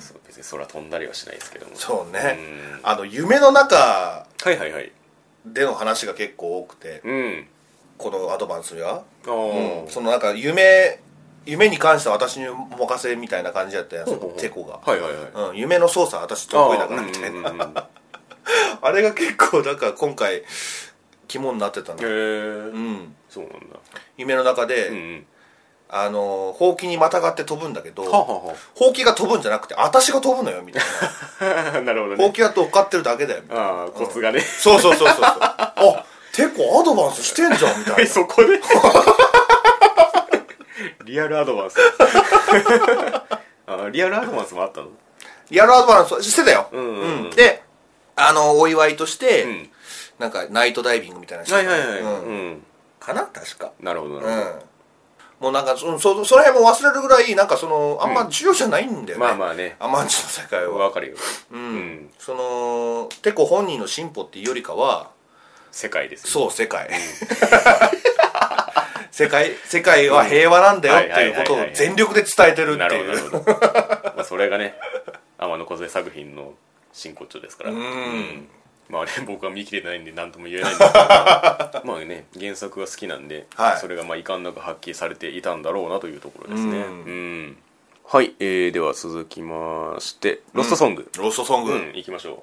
A: そう別に空飛んだりはしないですけども
B: そうね
A: うん
B: あの夢の中
A: はいはいはい
B: での話が結構多くて
A: うん
B: このアドバンスには、
A: ああ、
B: うんそのなんか夢夢に関しては私にお任せみたいな感じだったやつ
A: ほうほうほう
B: テコが、
A: はいはいはい
B: うん、夢の操作は私得意だからみたいな、
A: い な
B: あれが結構なんか今回肝になってたん
A: へ
B: だ、う
A: え
B: ん、
A: そうなんだ
B: 夢の中で、
A: うんうん
B: あのほうきにまたがって飛ぶんだけど
A: はあは
B: ほうきが飛ぶんじゃなくて私が飛ぶのよみたいな
A: あはあ なるほど
B: ほう
A: ね
B: きが乗っかってるだけだよみ たいな
A: ああコツがね
B: そうそうそうそうそうあテコアドバンスしてんじゃんみたいな
A: そこで リアルアド バンスあリアルアドバンスもあったの
B: やるアドバンスしてたよ、
A: うんうんうん
B: であのお祝いとして、
A: ん
B: なんかナイトダイビングみたいなのして
A: は
B: た
A: いはいはい、
B: うん
A: うん、
B: かな確か
A: なるほどな
B: う
A: るほど、
B: んもうなんかそそその辺も忘れるぐらいなんかそのあんま重要じゃないんだよね、
A: まあまあね
B: アマンチュの世界は
A: わかるよ、うん
B: そのテコ本人の進歩っていうよりかは
A: 世界ですよ
B: そう世界 世界世界は平和なんだよっていうことを全力で伝えてる
A: な
B: って
A: るほど
B: い
A: な
B: う
A: るほど、まあ、それがね天野梢作品の真骨頂ですからうん、まあね僕は見切れてないんで何とも言えないん ですけどまあね原作が好きなんで、
B: はい
A: それがまあ遺憾なく発揮されていたんだろうなというところですね
B: う
A: うん、はい、えー、では続きまして「ロストソング」
B: ロストソン
A: う
B: グ、
A: ん行きましょ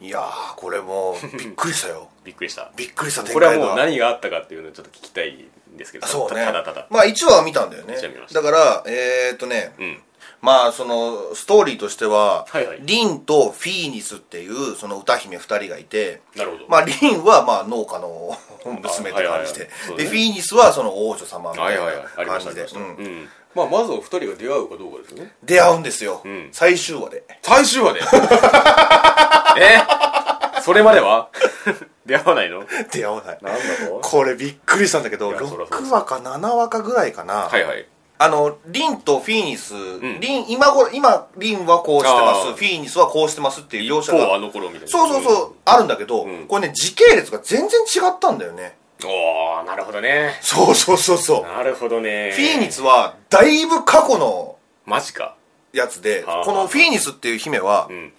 B: いやーこれもうびっくりした よ
A: うびっくりした
B: びっくりした展
A: これは
B: 開
A: もう
B: が
A: 何があったかっていうのをちょっと聞きたいんですけど
B: そうね
A: ただただ
B: まあ1話は見たんだよね
A: 一話見ました
B: だからえー、っとね、
A: うん
B: まあそのストーリーとしては、
A: はいはい
B: リンとフィーニスっていうその歌姫2人がいて
A: なるほど
B: まあリンはまあ農家の 娘って感じで、
A: はいはいはいそうね
B: でフィーニスはその王女様みた
A: はいいはいはいあり
B: な
A: ま
B: 感
A: したあり
B: じで
A: ました、
B: う
A: うんんまあ、まずお二人が出会うかどうかですよね
B: 出会うんですよ、
A: ん
B: 最終話で
A: 最終 話でえそれまでは 出会わないのなんだ
B: 出会わない
A: ろう
B: これびっくりしたんだけど
A: いやそらそう
B: 6話か7話かぐらいかな、
A: はいはい
B: あの、リンとフィーニス、
A: ん
B: リン、今頃、今、リンはこうしてま
A: あー
B: す、フィーニスはこうしてますっていう描写
A: こうあ
B: が、
A: の頃みたいな
B: そうそうそう、あるんだけど、
A: ん
B: これね、時系列が全然違ったんだよね。
A: うんおーなるほどね
B: そうそうそうそう。
A: なるほどね
B: フィーニスは、だいぶ過去の
A: マジか
B: やつで、
A: あー
B: このフィーニスっていう姫は
A: う、ん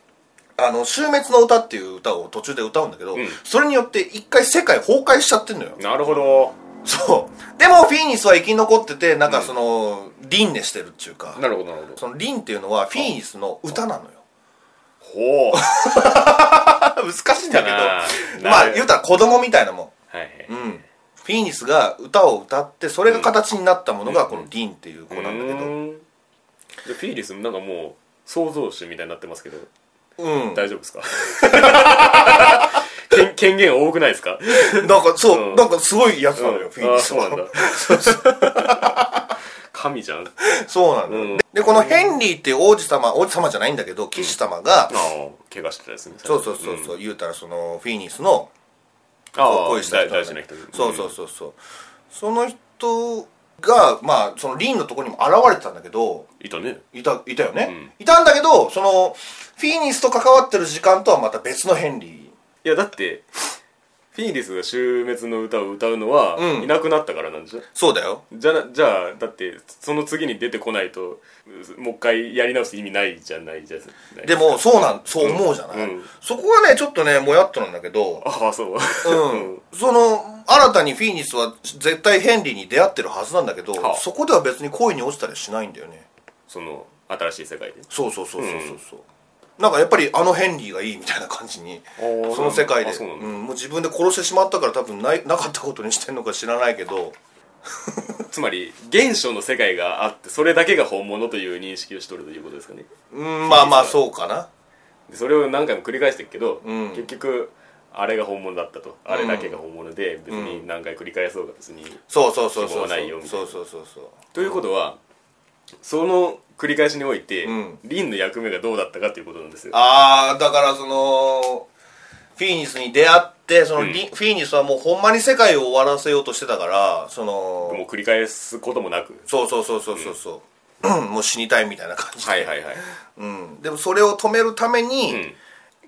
B: あの、終滅の歌っていう歌を途中で歌うんだけど、
A: ん
B: それによって一回世界崩壊しちゃってんのよ。
A: なるほど
B: そう。でも、フィーニスは生き残ってて、なんかその、輪廻してるっていうか、
A: なるほどなるほど
B: その輪っていうのは、フィーニスの歌なの よ。
A: ほう
B: 難しいんだけ
A: な
B: ど
A: あ
B: ま
A: な
B: あ
A: る
B: 言うたら子供みたいなも
A: はいはい
B: ん、うん、フィーニスが歌を歌ってそれが形になったものがこのディーンっていう子なんだけど、
A: うーんじゃあフィーリスなんかもう創造主みたいになってますけど
B: うん
A: 大丈夫です か権 権限多くないですか
B: なんかそう、
A: うん
B: なんかすごいやつなのよ、フィーリ
A: あ
B: ス
A: そう
B: は
A: なんだ神じゃんあ
B: そうなんだ、
A: うん
B: でこのヘンリーっていう王子様王子様じゃないんだけど騎士様が、
A: あ怪我してたですね
B: そうそうそうそう、言うたらそのフィニスの
A: ああ
B: 恋した
A: 大
B: 人
A: 大事な人
B: そうそう
A: そ
B: そうそうその人がまあそのリンのところにも現れてたんだけど
A: うんいたね
B: いたいたよね、いたんだけどそのフィニスと関わってる時間とはまた別のヘンリ
A: いやだってフィーリスが終滅の歌を歌うのは、
B: うん
A: いなくなったからなんでしょ
B: ーそうだよ
A: じゃなじゃあだってその次に出てこないとうもう一回やり直す意味ないじゃないじゃない
B: でもそうなんそう思うじゃない、
A: うん
B: そこがねちょっとねもやっとなんだけど
A: ああそう
B: うん、その新たにフィーニスは絶対ヘンリーに出会ってるはずなんだけど、
A: はあ
B: そこでは別に恋に落ちたりしないんだよね
A: その新しい世界で
B: そうそうそうそうそうそうなんかやっぱりあのヘンリーがいいみたいな感じに
A: あー
B: その世界で
A: あそうなんだ
B: んもう自分で殺してしまったから多分ないな かったことにしてんのか知らないけど
A: つまり現象の世界があってそれだけが本物という認識をしとるということですかね
B: うんまあまあそうかな
A: でそれを何回も繰り返してるけど、
B: うん
A: 結局あれが本物だったとあれだけが本物で、別に何回繰り返そうが別に、
B: そうそうそうそう
A: 希望ないよみたい
B: そ
A: な
B: うそうそうそう
A: ということはその繰り返しにおいて、
B: うん
A: リンの役目がどうだったかということなんですよ
B: ああだからそのフィーニスに出会ってそのリ、フィーニスはもうほんまに世界を終わらせようとしてたからその
A: もう繰り返すこともなく
B: そうそうそうそうそうそう、 もう死にたいみたいな感じで、
A: はいはいはい、
B: うん、でもそれを止めるために、
A: うん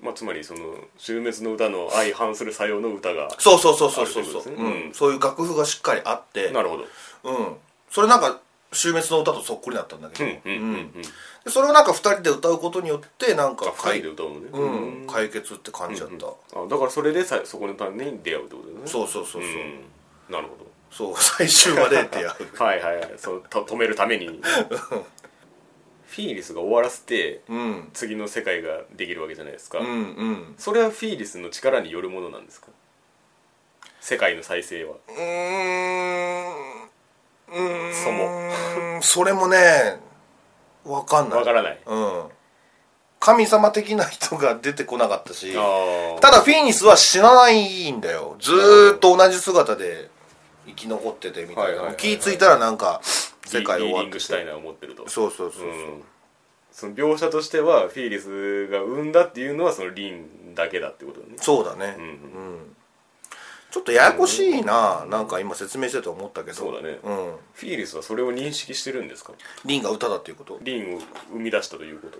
A: まあ、つまりその終滅の歌の相反する作用の歌が
B: そうそうそうそうそ
A: あ
B: う
A: るってこと
B: そう、
A: ですね
B: う、
A: うんん
B: そういう楽譜がしっかりあって
A: なるほど
B: うん、それなんか終滅の歌とそっくりだったんだけ
A: う
B: ど、
A: んうんうんうん
B: でそれをなんか2人で歌うことによってなんか
A: あ二人で歌うのね
B: う、ん、解決って感じだった、
A: あだからそれでさそこのために出会うってことだね
B: そうそうそうそう、
A: うんなるほど
B: そう最終まで出会う
A: はいはいはいそうと止めるためにフィーリスが終わらせて
B: うん
A: 次の世界ができるわけじゃないですか、
B: うんうん
A: それはフィーリスの力によるものなんですか世界の再生は
B: うーんうーん
A: そ
B: もそれもねわかんない
A: わからない
B: うん神様的な人が出てこなかったし
A: あ
B: ただフィニスは死なないんだよずーっと同じ姿で生き残っててみた
A: はい
B: い
A: はいはい
B: な
A: はい
B: 気ぃ付いたらなんか世
A: 世
B: 界
A: 界
B: 終
A: リ
B: わ
A: ーディ
B: っ
A: ン
B: て
A: グ
B: て
A: したいな思ってると
B: そうそうそうそう、
A: んその描写としてはフィーリスが生んだっていうのはそのリンだけだってことだね
B: そうだね
A: う
B: うん
A: う
B: ん、
A: ん
B: ちょっとややこしいななんか今説明してて思ったけど
A: そうだね
B: うん
A: フィーリスはそれを認識してるんですか
B: リンが歌だっていうこと
A: リンを生み出したということ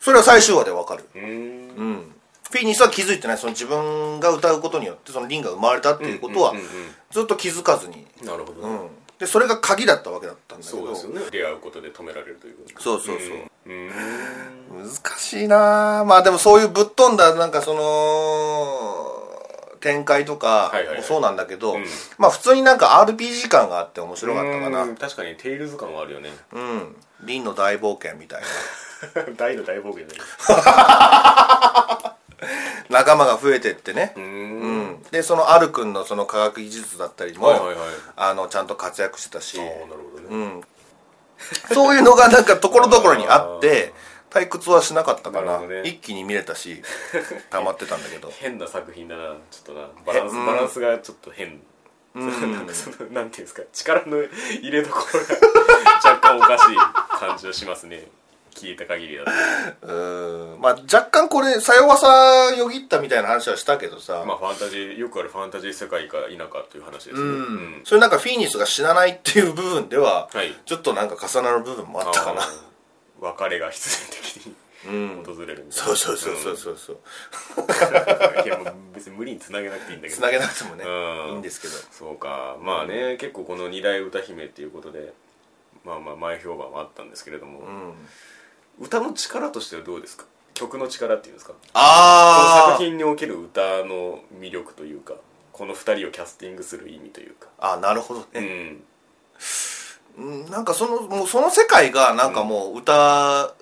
B: それは最終話でわかる
A: うーん
B: うんフィニスは気づいてないその自分が歌うことによってそのリンが生まれたっていうことは
A: うんうんうんうん
B: ずっと気づかずに
A: なるほど、
B: うんでそれが鍵だったわけだったんだけど
A: そうですよね出会うことで止められるということ
B: そうそうそう、
A: うん
B: 難しいなあまあでもそういうぶっ飛んだなんかその展開とか
A: はいはいはい
B: もそうなんだけど、
A: ん
B: まあ普通になんか RPG 感があって面白かったかな
A: うん確かにテイルズ感はあ るよね
B: うん「凛の大冒険」みたい
A: 大の大冒険だね
B: な仲間が増えてってね
A: う、ん
B: うんでそのアル君のその科学技術だったりも、
A: はいはいはい
B: あのちゃんと活躍してたし
A: ああ、なるほどね、
B: うん、そういうのがなんかところどころにあって退屈はしなかった
A: な
B: か
A: る
B: ら、
A: ほどね
B: 一気に見れた し溜まってたんだけど
A: 変な作品だなちょっとなバランス、
B: うん
A: バランスがちょっと変、 なんかそのなんていうんですか力の入れどころが 若干おかしい感じがしますね聞いた限りだと
B: うーんまあ若干これさよわさよぎったみたいな話はしたけどさ、
A: まあファンタジーよくあるファンタジー世界か否かという話ですね、
B: うん
A: うん
B: それなんかフィーニスが死なないっていう部分では、
A: はい
B: ちょっとなんか重なる部分もあったかな
A: あー別れが必然
B: うん
A: 的に訪れるみたいな
B: そうそうそうそうそうそ う
A: いやもう別に無理につなげなくていいんだけ
B: つ
A: ど
B: なげなくてもね
A: うん
B: いいんですけど
A: そうかまあね結構この二大歌姫っていうことでまあまあ前評判はあったんですけれども、
B: うん
A: 歌の力としてはどうですか曲の力っていうんですかこの
B: あ
A: 作
B: ー
A: 品における歌の魅力というかこの二人をキャスティングする意味というか
B: あなるほど
A: う
B: ね、
A: ん
B: うん、なんかそのもうその世界がなんかもう歌、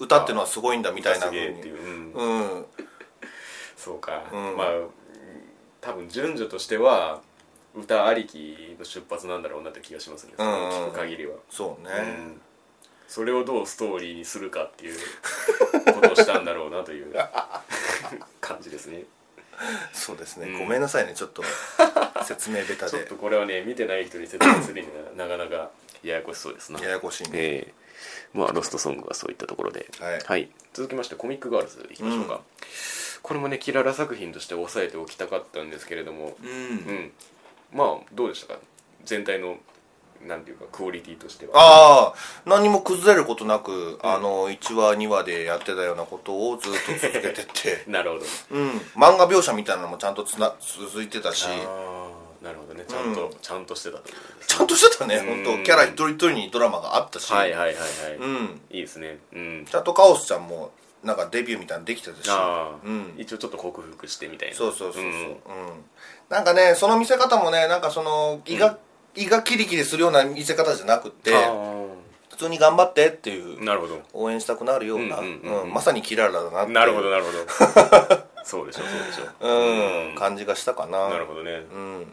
B: 歌ってのはすごいんだみたいな
A: す
B: 風
A: げえっ
B: に
A: ていう、うん
B: うん
A: そうか、
B: うん
A: まあうん多分順序としては歌ありきの出発なんだろうなって気がしますね、
B: うんうん
A: その聞く限りは、
B: そうね、
A: うんそれをどうストーリーにするかっていうことをしたんだろうなと いう感じですね
B: そうです
A: う
B: ね
A: ん
B: ごめんなさいねちょっと説明 下
A: ちょっ
B: 手
A: とこれはね見てない人に説明するにはなかなかややこしそうですな
B: でややこしいね
A: ええまあロストソングはそういったところで
B: はい
A: 続きましてコミックガールズいきましょうか、
B: うん
A: これもねキララ作品として押さえておきたかったんですけれども
B: う
A: うんんまあどうでしたか全体のなんていうかクオリティとしては
B: ああ何も崩れることなくあの1話2話でやってたようなことをずっと続けてって
A: なるほど
B: うん漫画描写みたいなのもちゃんとつな続いてたし
A: ああなるほどねちゃんと、ちゃんとしてたということです
B: ちゃんとしてたね
A: うん
B: 本当キャラ一人一人にドラマがあったし
A: はいはいはいはい、
B: うん
A: いいですねうん
B: ちゃんとカオスちゃんもなんかデビューみたいなのできてたし
A: ああ、
B: うん
A: 一応ちょっと克服してみたいな
B: そうそうそうそう、うん
A: ん
B: なんかねその見せ方もねなんかその胃が,、胃がキリキリするような見せ方じゃなくて
A: あ
B: 普通に頑張ってってい
A: あ
B: う
A: なるほど
B: 応援したくなるような、
A: う
B: うんん
A: うんうんうん
B: まさにキララだなっていう
A: なるほどなるほど そうでしょそうでしょ
B: うん、
A: うん
B: 感じがしたかな
A: なるほどね
B: うん、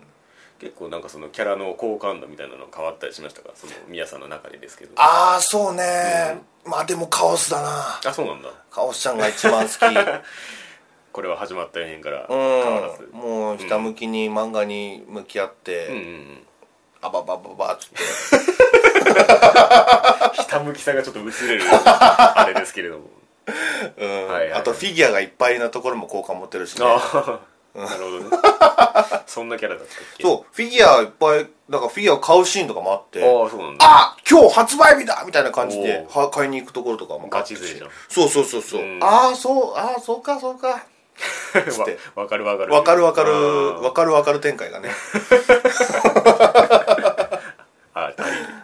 A: 結構なんかそのキャラの好感度みたいなの変わったりしましたかその宮さんの中でですけど
B: ああそうね、まあでもカオスだな
A: あそうなんだ
B: カオスちゃんが一番 好き
A: これは始まった辺から変わらず、
B: うんもうひたむきに漫画に向き合って、
A: うんうんうん
B: あばばばばっつって
A: ひたむきさがちょっと薄 れるあれですけれども
B: うん
A: はいはいはい
B: あとフィギュアがいっぱいなところも好感持ってるしね
A: ああなるほどねそんなキャラだったっけう
B: そうフィギュアいっぱいなんかフィギュアを買うシーンとかもあって
A: ああそうなんだ
B: あ今日発売日だみたいな感じで
A: お
B: は買いに行くところとかも
A: ガチ勢じゃん
B: そうそうそうそう、
A: うん
B: ああそうああそうかそうかつって
A: わわかるわかる
B: わかるわかる
A: あー
B: わかるわかる展開がね
A: ああり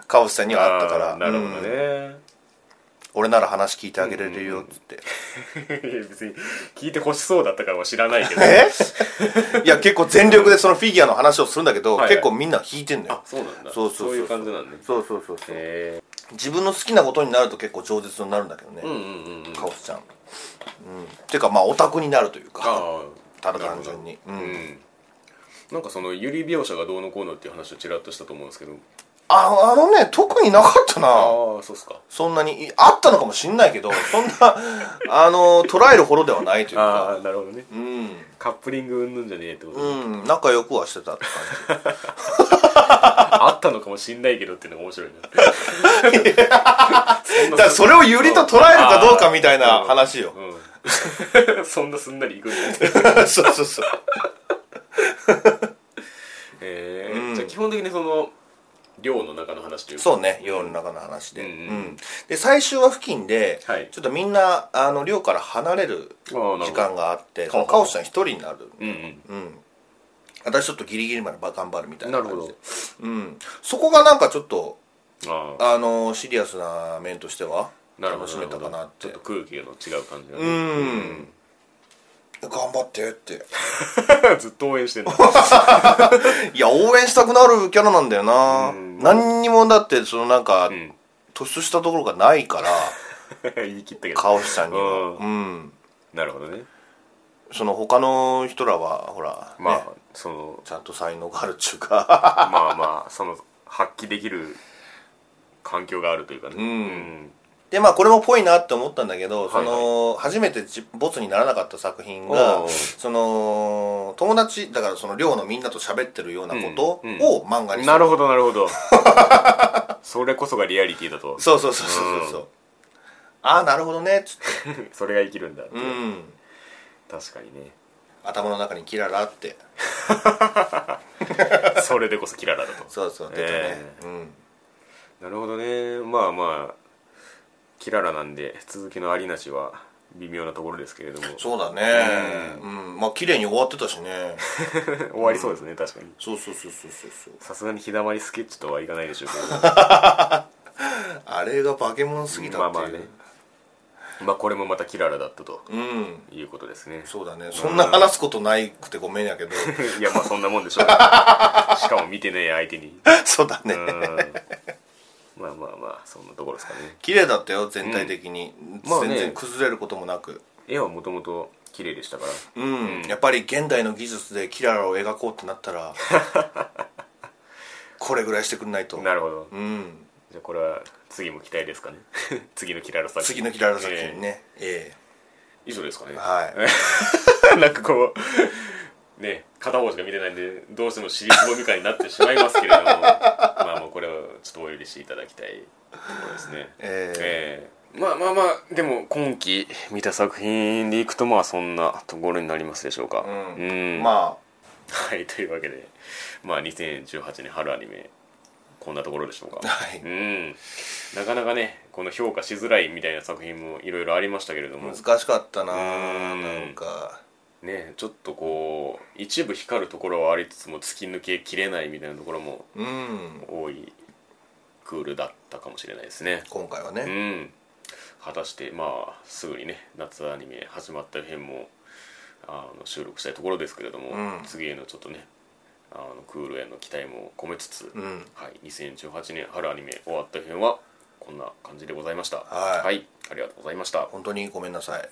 B: カオスさんにはあったから
A: あーなるほど
B: うん
A: ね、
B: 俺なら話聞いてあげれるよっつって、
A: いや 別に聞いてほしそうだったからは知らないけど
B: え いや結構全力でそのフィギュアの話をするんだけど、
A: はいはい
B: 結構みんな引いてんだよ
A: そうなんだ
B: そうそうそうそう
A: いう感じなんだ
B: そうそうそうそう
A: へ
B: 自分の好きなことになると結構饒舌になるんだけどね、
A: えうんうんうんうん
B: カオスちゃん、うん、ていうかまあオタクになるというか
A: ああ
B: ただ単純に
A: う
B: う
A: んんなんかそのゆり描写がどうのこうのっていう話をちらっとしたと思うんですけど
B: ああのね特になかったな
A: ああそうっすか
B: そんなにいあったのかもしんない けどそんなあの捉えるほどではないというか
A: ああなるほどね
B: うん
A: カップリングうんぬんじゃねえってこと、
B: うん仲良くはしてたって
A: あったのかもしんないけどっていうのが面白いなそんな
B: 感じだからそれをユリと捉えるかどうかみたいな話よ
A: うん そんなすんなりいくんだ
B: そうそうそう
A: えー
B: うん
A: じゃあ基本的にその寮の中の話というか
B: そうね世の中の話で、
A: う
B: うんん
A: うん
B: で最終話付近で、
A: はい
B: ちょっとみんなあの寮から離れる
A: あーなるほ
B: 時
A: ど
B: 間があって
A: ほど
B: カオスちゃん一人になる
A: うんうん
B: うん私ちょっとギリギリまで頑張るみたいな
A: なる
B: 感
A: ほ
B: じで
A: ど
B: うん、そこがなんかちょっと
A: ああ
B: あのシリアスな面としては
A: なるほ
B: 楽
A: ど
B: しめたかなっ
A: ち
B: て
A: ょっと空気の違う感じが
B: う
A: ね
B: ん頑張ってって
A: ずっと応援 してんだ
B: いや応援したくなるキャラなんだよな
A: うん
B: 何にもだってそのなんか、
A: ん
B: 突出したところがな いから
A: 言い切ったけ
B: カ
A: ど
B: オスさんにはうん
A: なるほどね
B: その他の人らはほら、
A: ま
B: ね
A: あその
B: ちゃんと才能があるっちゅうか
A: まあまあその発揮できる環境があるというかね
B: んでまあこれもぽいなって思ったんだけど、
A: はいはい
B: その初めてじボツにならなかった作品
A: お
B: が
A: う
B: その友達だからその寮のみんなと喋ってるようなこと
A: うんうん
B: を漫画
A: うん
B: にする
A: なるほどなるほど それこそがリアリティだと
B: そうそうそうそうそうそう、ああなるほどねっつって
A: それが生きるんだって
B: うん
A: 確かにね
B: 頭の中にキララって
A: それでこそキララだと
B: そうそう出たね、
A: え
B: うん
A: なるほどねまあまあキララなんで続きのありなしは微妙なところですけれども 終
B: そうだねうん、まあ綺麗に終わってたしね
A: わりそうですね確かに
B: そうそうそうそうそうそう
A: さすがに日だまりスケッチとはいかないでしょうけど
B: あれが化け物すぎた
A: まあ
B: って
A: ま
B: いう、
A: あねまあこれもまたキララだったと
B: うん
A: いうことですね
B: そうだねそんな話すことないくてごめんやけど
A: いやまあそんなもんでしょうしかも見てねえ相手に
B: そうだね
A: うんまあまあまあそんなところですかね
B: 綺麗だったよ全体的に、
A: まあね
B: 全然崩れることもなく
A: 絵はもともと綺麗でしたから
B: うん、やっぱり現代の技術でキララを描こうってなった らこれぐらいしてくんないと
A: なるほど
B: うん
A: じゃあこれは次も期待ですかね 次のキララ作品
B: 次のキララ作品ねえ
A: 以上ですかね
B: えは い
A: なんかこうね片方しか見てないんでどうしても尻すぼみ感になってしまいますけれども まあもうこれはちょっとお許しいただきたいところですね
B: え
A: ええまあまあまあでも今期見た作品でいくとまあそんなところになりますでしょうか
B: うん
A: うん
B: えま
A: はいというわけでまあ2018年春アニメこんなところでしょう
B: あ
A: か
B: はい
A: うんなかなかねこの評価しづらいみたいな作品もいろいろありましたけれども
B: 難しかったな
A: うん
B: なんか
A: ねちょっとこう一部光るところはありつつも突き抜けきれないみたいなところも
B: うん
A: 多いクールだったかもしれないですね
B: 今回は
A: う
B: ね
A: ん果たしてまあすぐにね夏アニメ始まった編もあの収録したいところですけれども、
B: うん
A: 次へのちょっとねあのクールへの期待も込めつつ、
B: うん
A: はい、2018年春アニメ終わった編はこんな感じでございました
B: はい
A: ありがとうございました
B: 本当にごめんなさい